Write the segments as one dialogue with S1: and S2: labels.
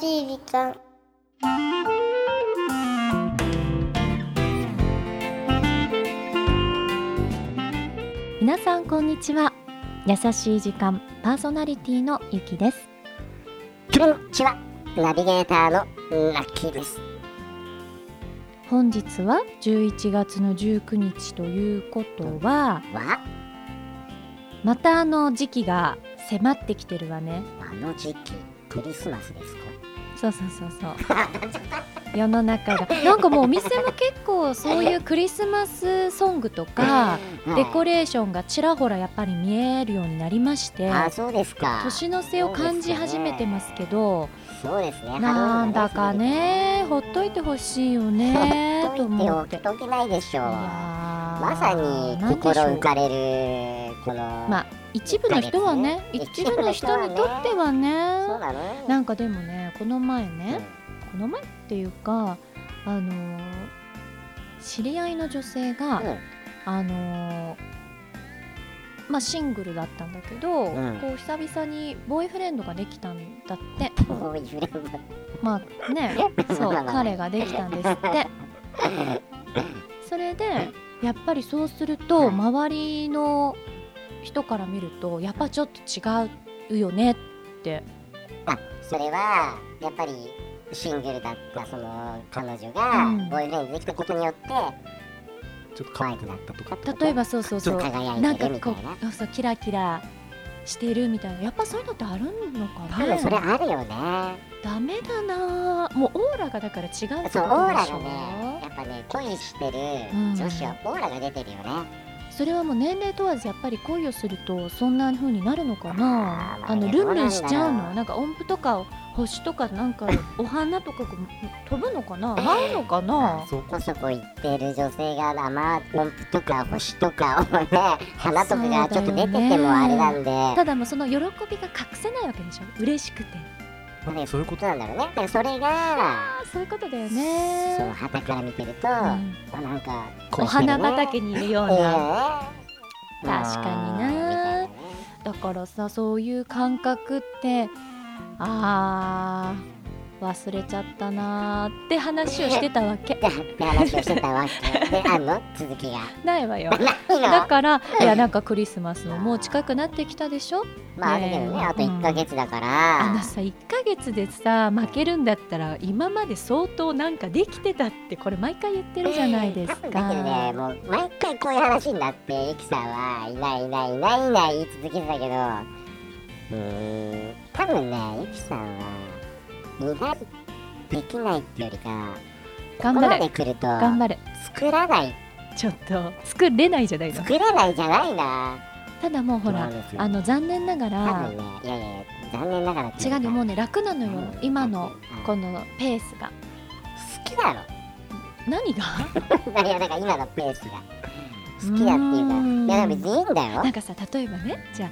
S1: しい時間
S2: 皆さんこんにちは優しい時間パーソナリティのゆきです
S1: こんにちはナビゲーターのラッキーです
S2: 本日は11月の19日ということは
S1: わ
S2: またあの時期が迫ってきてるわね
S1: あの時期クリスマスですか
S2: そうそうそうそう 世の中がなんかもうお店も結構そういうクリスマスソングとかデコ
S1: れ
S2: レーションがちらほらやっぱり見えるようになりまして
S1: あそうですか
S2: 年の瀬を感じ始めてますけど
S1: そうですね
S2: なんだかねほっといてほしいよね
S1: ハ
S2: と
S1: ロウィン
S2: 思っ
S1: は
S2: て
S1: ですねほっといておきとけないでしょうま
S2: ま
S1: さに心浮かれるこの
S2: まあ一部の人はね
S1: 一部
S2: 一部の人にとっては
S1: そう
S2: ね
S1: なの
S2: なんかでもねこの前ね
S1: う
S2: この前っていうかあのー知り合いの女性が、
S1: うん
S2: あのーまあシングルだったんだけ
S1: う
S2: ど、
S1: ん
S2: こう久々にボーイフレンドができたんだって
S1: んボーイフレンド
S2: ま あねそう彼ができたんですってそれでやっぱりそうする
S1: はい
S2: と周りの人から見るとやっぱちょっと違うよねって
S1: あそれはやっぱりシングルだったその彼女が
S2: うん
S1: ボーイフレンドできたことによって
S3: ちょっと可愛くなったとかってこと
S2: 例えばそうそうそう
S1: 輝い
S2: なん
S1: て
S2: か
S1: るみた
S2: こ
S1: いな
S2: うそうそうキラキラしてるみたいなやっぱそういうのってあるのか
S1: 多分それ
S2: な
S1: あるよね
S2: ダメだなもうオーラがだから違うってことでし
S1: そうオーラがね
S2: ょ
S1: やっぱね恋してる
S2: うん
S1: 女子はオーラが出てるよね、
S2: それはもう年齢問わずやっぱり恋をするとそんな風になるのか
S1: あ
S2: な
S1: ー
S2: あの
S1: ど
S2: ル
S1: うなんだろう
S2: ンルンしちゃうのなんか音符とか星とかなん かお花とかが飛ぶのかな舞うのかな
S3: そう
S1: こそこ行ってる女性が生音符とか星とかを ね花とかがちょっと出ててもあれなんで
S2: ただもうその喜びが隠せないわけでしょ嬉しくて
S3: あそういうこと
S1: そうなんだろうねだからそれが
S2: あーそういうことだよ
S1: そう
S2: ね、
S1: 旗から見てると、
S2: うん
S1: あなんか
S2: お
S1: 恋してるね
S2: 花畑にいるよ う
S1: ええ
S2: な確
S1: みた
S2: かに
S1: い
S2: な
S1: なね
S2: だからさそういう感覚ってあー忘れちゃったなーって話をしてたわけ
S1: って話をしてたわけであんの続きが
S2: ないわよ
S1: ない
S2: だ
S1: の
S2: からいやなんかクリスマスももう近くなってきたでしょ
S1: まああれだよねあと1ヶ月だから、
S2: あのさ1ヶ月でさ負けるんだったら今まで相当なんかできてたってこれ毎回言ってるじゃないです
S1: 多分だけどね
S2: か。
S1: もう毎回こういう話になってゆきさんはいないいないいないいない言い続けてたけどうーん多分ねゆきさんはいないできないってよりか
S2: 頑
S1: ここま
S2: 張
S1: で
S2: れ
S1: 来ると
S2: 頑張れ
S1: 作らない
S2: ちょっと作れないじゃないの
S1: 作らないじゃないな
S2: ただもうほ
S3: な
S2: ら
S3: んですよ
S2: あの残念なが
S1: 多
S2: ら
S1: 分ねいやいやいや残念ながらって
S2: 違
S1: いうか
S2: うのもうね楽なのよ
S1: うん
S2: 今の
S1: うん
S2: このペースが
S1: 好き なの
S2: 何 が
S1: いやだから今のペースが好きだっていう
S2: うーん
S1: かいやでも別にいいんだよ
S2: なんかさ例えばねじゃあ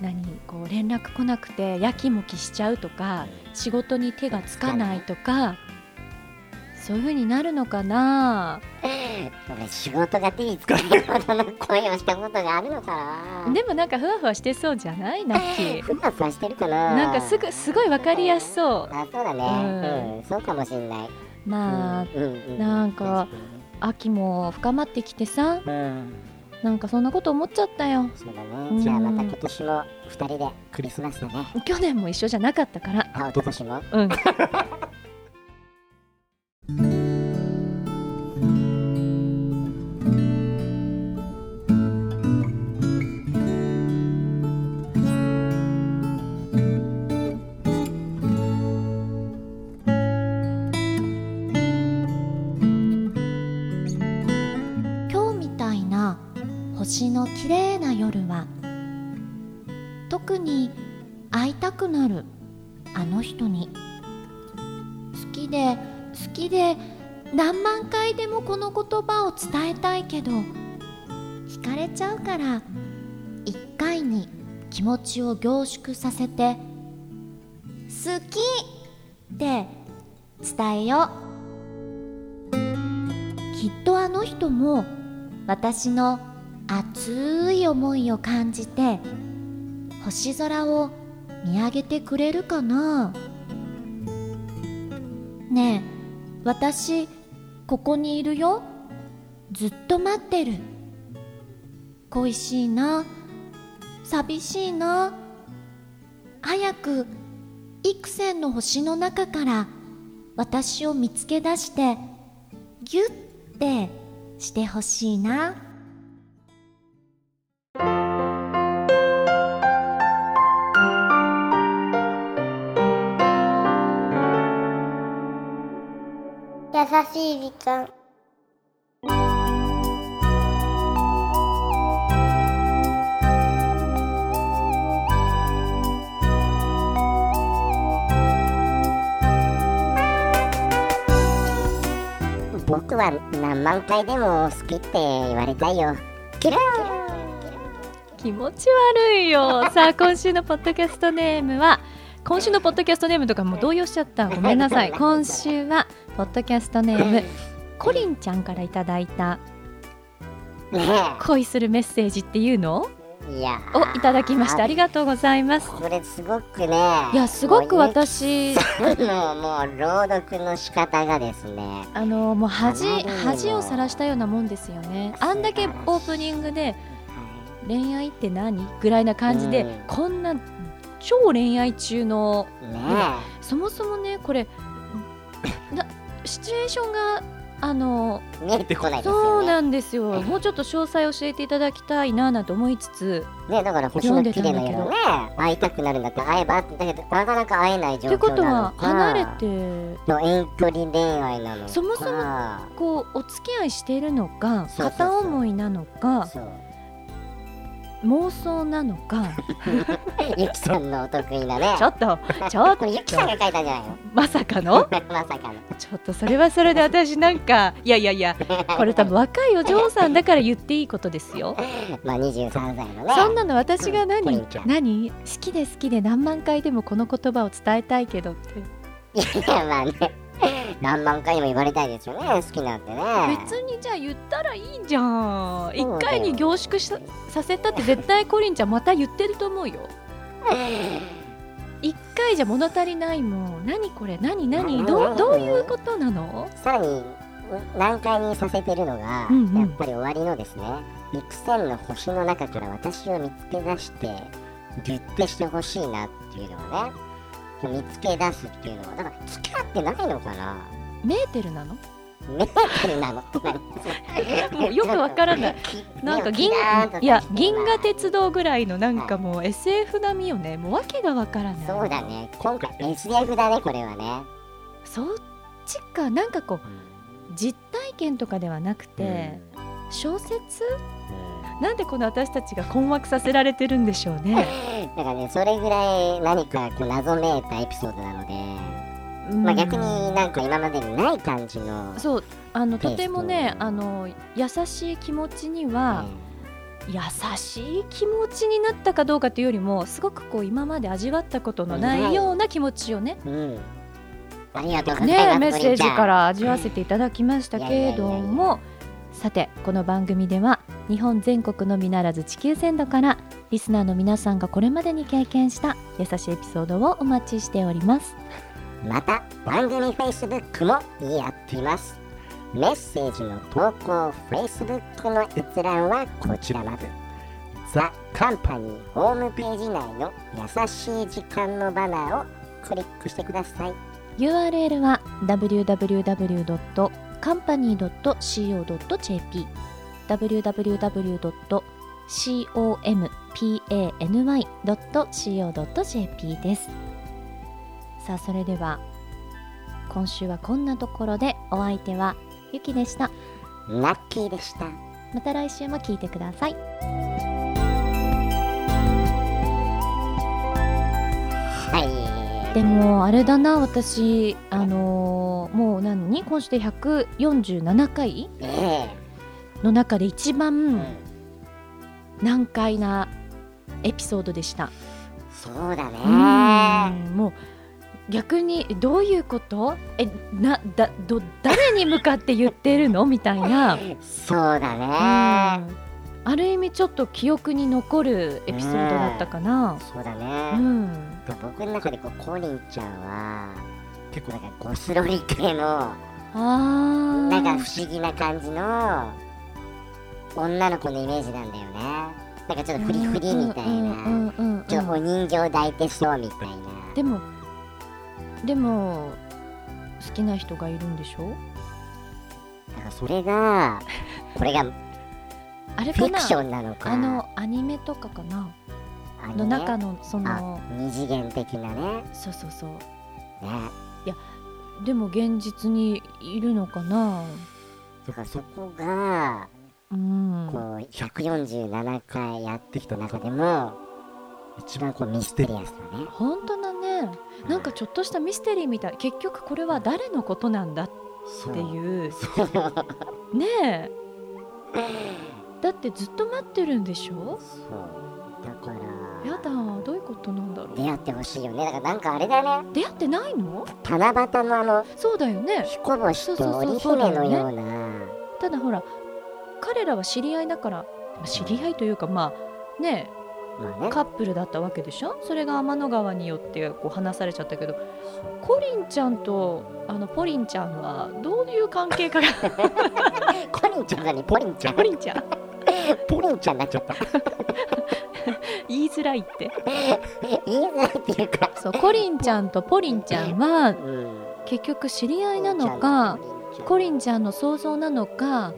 S2: 何こう連絡来なくてやきもきしちゃうとか仕事に手がつかないとかそういう風になるのかな
S1: 俺仕事が手につかないほどの恋をしたことがあるのかな
S2: でもなんかふわふわしてそうじゃないナッキ ー
S1: ふわふわしてるかな
S2: なんかすぐすごいわかりやすそう
S1: あそうだねうん、そうかもしんない
S2: まあ
S1: うんうんうん
S2: なんか秋も深まってきてさ
S1: うん
S2: なんかそんなこと思っちゃったよ
S1: そうだ
S2: うん
S1: ねじゃあまた今年も二人でクリスマスだね
S2: 去年も一緒じゃなかったから
S1: あおととしも
S2: うん今日みたいな星の綺麗な夜は特に会いたくなるあの人に好きで好きで何万回でもこの言葉を伝えたいけど惹かれちゃうから一回に気持ちを凝縮させて「好き!」って伝えようきっとあの人も私の熱い思いを感じて星空を
S4: 見上げてくれるかなねえ私ここにいるよずっと待ってる恋しいな寂しいな早く幾千の星の中から私を見つけ出してギュッてしてほしいな
S5: 優しい時間
S1: 僕は何万回でも好きって言われたいよキラー
S2: 気持ち悪い よさあ今週のポッドキャストネームは今週のポッドキャストネームとかもう動揺しちゃったごめんな さい今週はポッドキャストネームコリンちゃんからいただいた
S1: ね
S2: 恋するメッセージっていうの
S1: えいや
S2: をいただきましたありがとうございます
S1: これすごくね
S2: いやすごく
S1: もうゆき
S2: 私
S1: さんのもう朗読の仕方がですね
S2: あのもう恥
S1: なるほど
S2: 恥をさらしたようなもんですよねあんだけオープニングで恋愛って何ぐらいな感じで、
S1: うん
S2: こんな超恋愛中の
S1: ね
S2: そもそもねこれなシチュエーションがあの
S1: え見えてこないです
S2: そう
S1: よね
S2: なんですよもうちょっと詳細教えていただきたいななんて思いつつ
S1: ねだから星の綺麗な色ね会いたくなるんだって会えばだけどなかなか会えない状況
S2: とい
S1: な
S2: うこと
S1: の
S2: は
S1: か
S2: 離れて
S1: の遠距離恋愛なのか
S2: そもそもこうお付き合いしているの
S1: そうそ
S2: か
S1: うそう
S2: 片思いなのか
S1: そう
S2: 妄想な のか
S1: ゆきさんのお得意なね
S2: ちょ っとちょっ
S1: ことれゆきさんが書いたんじゃないの
S2: まさ かの
S1: まさかの
S2: ちょっとそれはそれで私なんかいやいやいやこれ多分若いお嬢さんだから言っていいことですよ
S1: まあ23歳のね
S2: そんなの私が
S1: これ
S2: 何、
S1: いいじゃん
S2: 何好きで好きで何万回でもこの言葉を伝えたいけどって
S1: いや まあね何万回も言われたいですよね好きなんてね
S2: 別にじゃあ言ったらいいじゃん
S1: そうだよ
S2: 一回に凝縮しさせたって絶対コリンちゃんまた言ってると思うよ一回じゃ物足りないもん何これ何何どうどういうことなの
S1: さらに難解にさせてるのが、
S2: うんうん
S1: やっぱり終わりのですね幾千の星の中から私を見つけ出してギュッてしてほしいなっていうのはねこう見つけ出すっていうのはだから付き合ってないのかな
S2: メーテルなの
S1: メーテルなの
S2: もうよくわからないなんか銀いや銀河鉄道ぐらいのなんかもう SF 並みよねもう訳がわからない
S1: そうだね今回 SF だねこれはね
S2: そっちかなんかこう実体験とかではなくて、小説なんでこの私たちが困惑させられてるんでしょうね
S1: だからねそれぐらい何かこう謎めいたエピソードなので、 まあ、逆になんか今までにない感じの、
S2: うんそうあの
S1: テイスト
S2: とてもねあの優しい気持ちには、優しい気持ちになったかどうかというよりもすごくこう今まで味わったことのないような気持ちをね
S1: うんうんありがとうございます
S2: ね、メッセージか
S1: の
S2: ら味わわせていただきましたけれど
S1: いやいやい
S2: もさてこの番組では日本全国のみならず地球全土からリスナーの皆さんがこれまでに経験した優しいエピソードをお待ちしております
S1: りんちゃんまた番組 Facebook もやっていますメッセージの投稿 Facebook の閲覧はこちらまでザ・カンパニーホームページ内の「優しい時間」のバナーをクリックしてください
S4: URL は www.company.co.jp www.company.co.jp ですさあそれでは今週はこんなところでお相手はゆきでした
S1: ラッキーでした
S4: また来週も聞いてください
S1: はい
S4: でもあれだな私あのーもう何今週で147回
S1: ええ
S4: の中で一番
S1: うん
S4: 難解なエピソードでした。
S1: そうだね
S4: うんもう逆にどういうことえなだど誰に向かって言ってるのみたいな
S1: そうだ
S4: うん
S1: ね
S4: あ
S2: ある意味ちょっと記憶に残るエピソードだったかな。
S1: そうだ
S2: う
S1: ね、
S2: ん。
S1: 僕の中でこうコリンちゃんは
S3: 結
S1: なん
S3: 構
S1: かゴスロリ系の
S2: あ
S1: なんか
S2: あ。
S1: 不思議な感じの女の子のイメージなんだよねなんかちょっとフリフリみたい
S2: うん
S1: な
S2: うんうんうん
S1: ちょっとお人形抱いてそうみたいな
S2: でもでも好きな人がいるんでしょ？
S1: なんかそれがこれがフ
S2: あれか
S1: ィ
S2: な
S1: ク？ションなのか
S2: あのアニメとかかな？
S1: あ
S2: の
S1: ね
S2: 中のその
S1: あ二次元的なね
S2: そうそうそう。
S1: ね
S2: でも現実にいるのかな？
S1: だからそこが
S2: うん。
S1: こう147回やっ
S3: できた
S1: た
S3: 中で
S1: 中でも
S3: 一
S1: 一番
S3: 番
S1: こ
S3: こ
S1: う
S3: う
S1: ミ
S3: ミ
S1: ス
S3: ス
S1: テ
S3: テ
S1: リ
S3: リ
S1: ア
S3: ア
S1: ス
S3: ス
S1: だね
S2: 本当だね。なんかちょっとしたミステリーみたい。結局これは誰のことなんだっ
S3: そ
S2: て
S3: う
S2: いう。
S3: そう
S2: ねえ。だってずっと待ってるんでしょ？
S1: そうだか
S2: や
S1: ら
S2: だ。どういうことなんだろう。
S1: 出会ってほしいよねだからなんかあれだね
S2: 出会ってないの？
S1: 七夕のあの
S2: そうだよね。
S1: 彦星と織
S2: そうそうそうそう
S1: 姫
S2: だ
S1: の
S2: よね
S1: ような
S2: ただほら彼らは知り合いだからまあ知り合いというかまあね
S1: まあ
S2: え
S1: ね
S2: カップルだったわけでしょそれが天の川によってこう離されちゃったけどコリンちゃんとあのポリンちゃんはどういう関係かが
S1: コリンちゃんがねポリンちゃん
S2: ポリンちゃん
S1: ポリンちゃんになっちゃった
S2: 言いづらいって
S1: 言えないっていうか
S2: そうコリンちゃんとポリンちゃんは
S1: うん
S2: 結局知り合いなのかコリンちゃんの想像なのか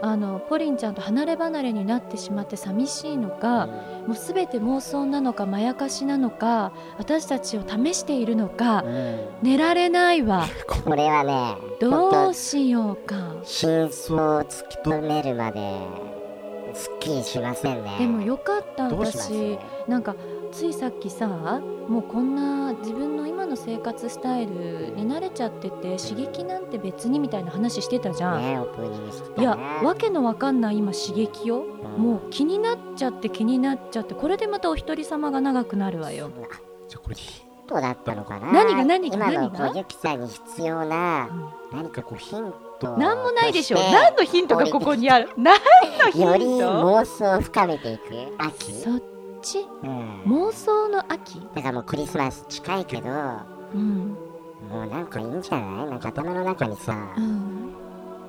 S2: あのポリンちゃんと離れ離れになってしまって寂しいのか、もう全て妄想なのかまやかしなのか私たちを試しているのか
S1: うん
S2: 寝られないわ
S1: これはね
S2: ど
S1: 本
S2: うしようか
S1: 当真相を突き止めるまですっきりしませんね
S2: でもよかった
S3: どうしま
S2: 私なんかついさっきさもうこんな自分の今の生活スタイルに慣れちゃってて刺激なんて別にみたいな話してたじゃん、
S1: ねオープニングしてたね
S2: いやわけのわかんない今刺激よもう気になっちゃって気になっちゃってこれでまたお一人様が長くなるわよ
S1: そうだ
S3: じゃあこれ
S1: ヒントだったのかな
S2: 何が何が
S1: 今の
S2: 何が
S1: こうゆきさんに必要な何かこうヒント
S2: なんもないでしょ
S1: とて
S2: 何のヒントがここにある何のヒント
S1: より妄想を深めていく秋、
S2: そっち
S1: うん、
S2: 妄想の秋、
S1: だからもうクリスマス近いけども
S2: うん
S1: うなんかいいんじゃないなんか頭の中にさ、
S2: うん、
S1: ね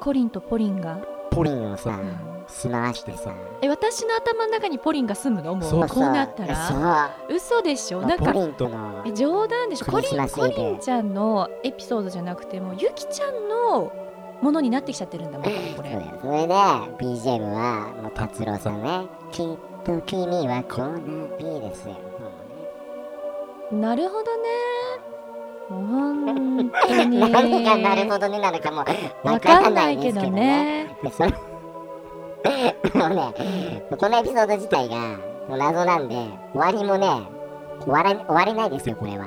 S2: コリンとポリンが、
S1: ポリンをさ住まわしてさ
S2: え私の頭の中にポリンが住むのも
S3: そう
S1: そう
S2: こうなったら嘘でしょ
S1: そう
S2: なん
S1: ポ
S2: か
S1: リンとの
S2: え冗談でしょコリ
S1: クリスマ
S2: ン
S1: ス
S2: コ
S1: イブ
S2: リンちゃんのエピソードじゃなくてもうゆきちゃんのものになってきちゃってるんだもんこ
S1: そうだ
S2: れ
S1: よそれで BGM はもう達郎さんねきっと君はこうなりですよ
S2: なるほどねもう本当に
S1: 何がなるほどになるかもわ
S2: わ
S1: か
S2: か
S1: ん
S2: ん
S1: な
S2: ないい
S1: で
S2: け
S1: すけ
S2: ど
S1: どね
S2: ね
S1: でそれもうねこのエピソード自体がもう謎なんで終わりもね終わら終われないですよこれは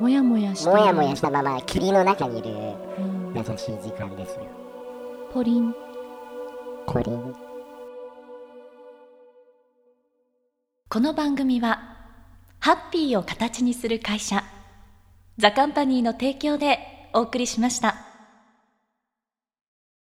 S2: もやもやしてる
S1: もやもやしたまま霧の中にいる
S2: うん
S1: 優しい時間ですよ
S2: ポリン
S1: これに
S4: この番組はハッピーを形にする会社ザカンパニーの提供でお送りしました。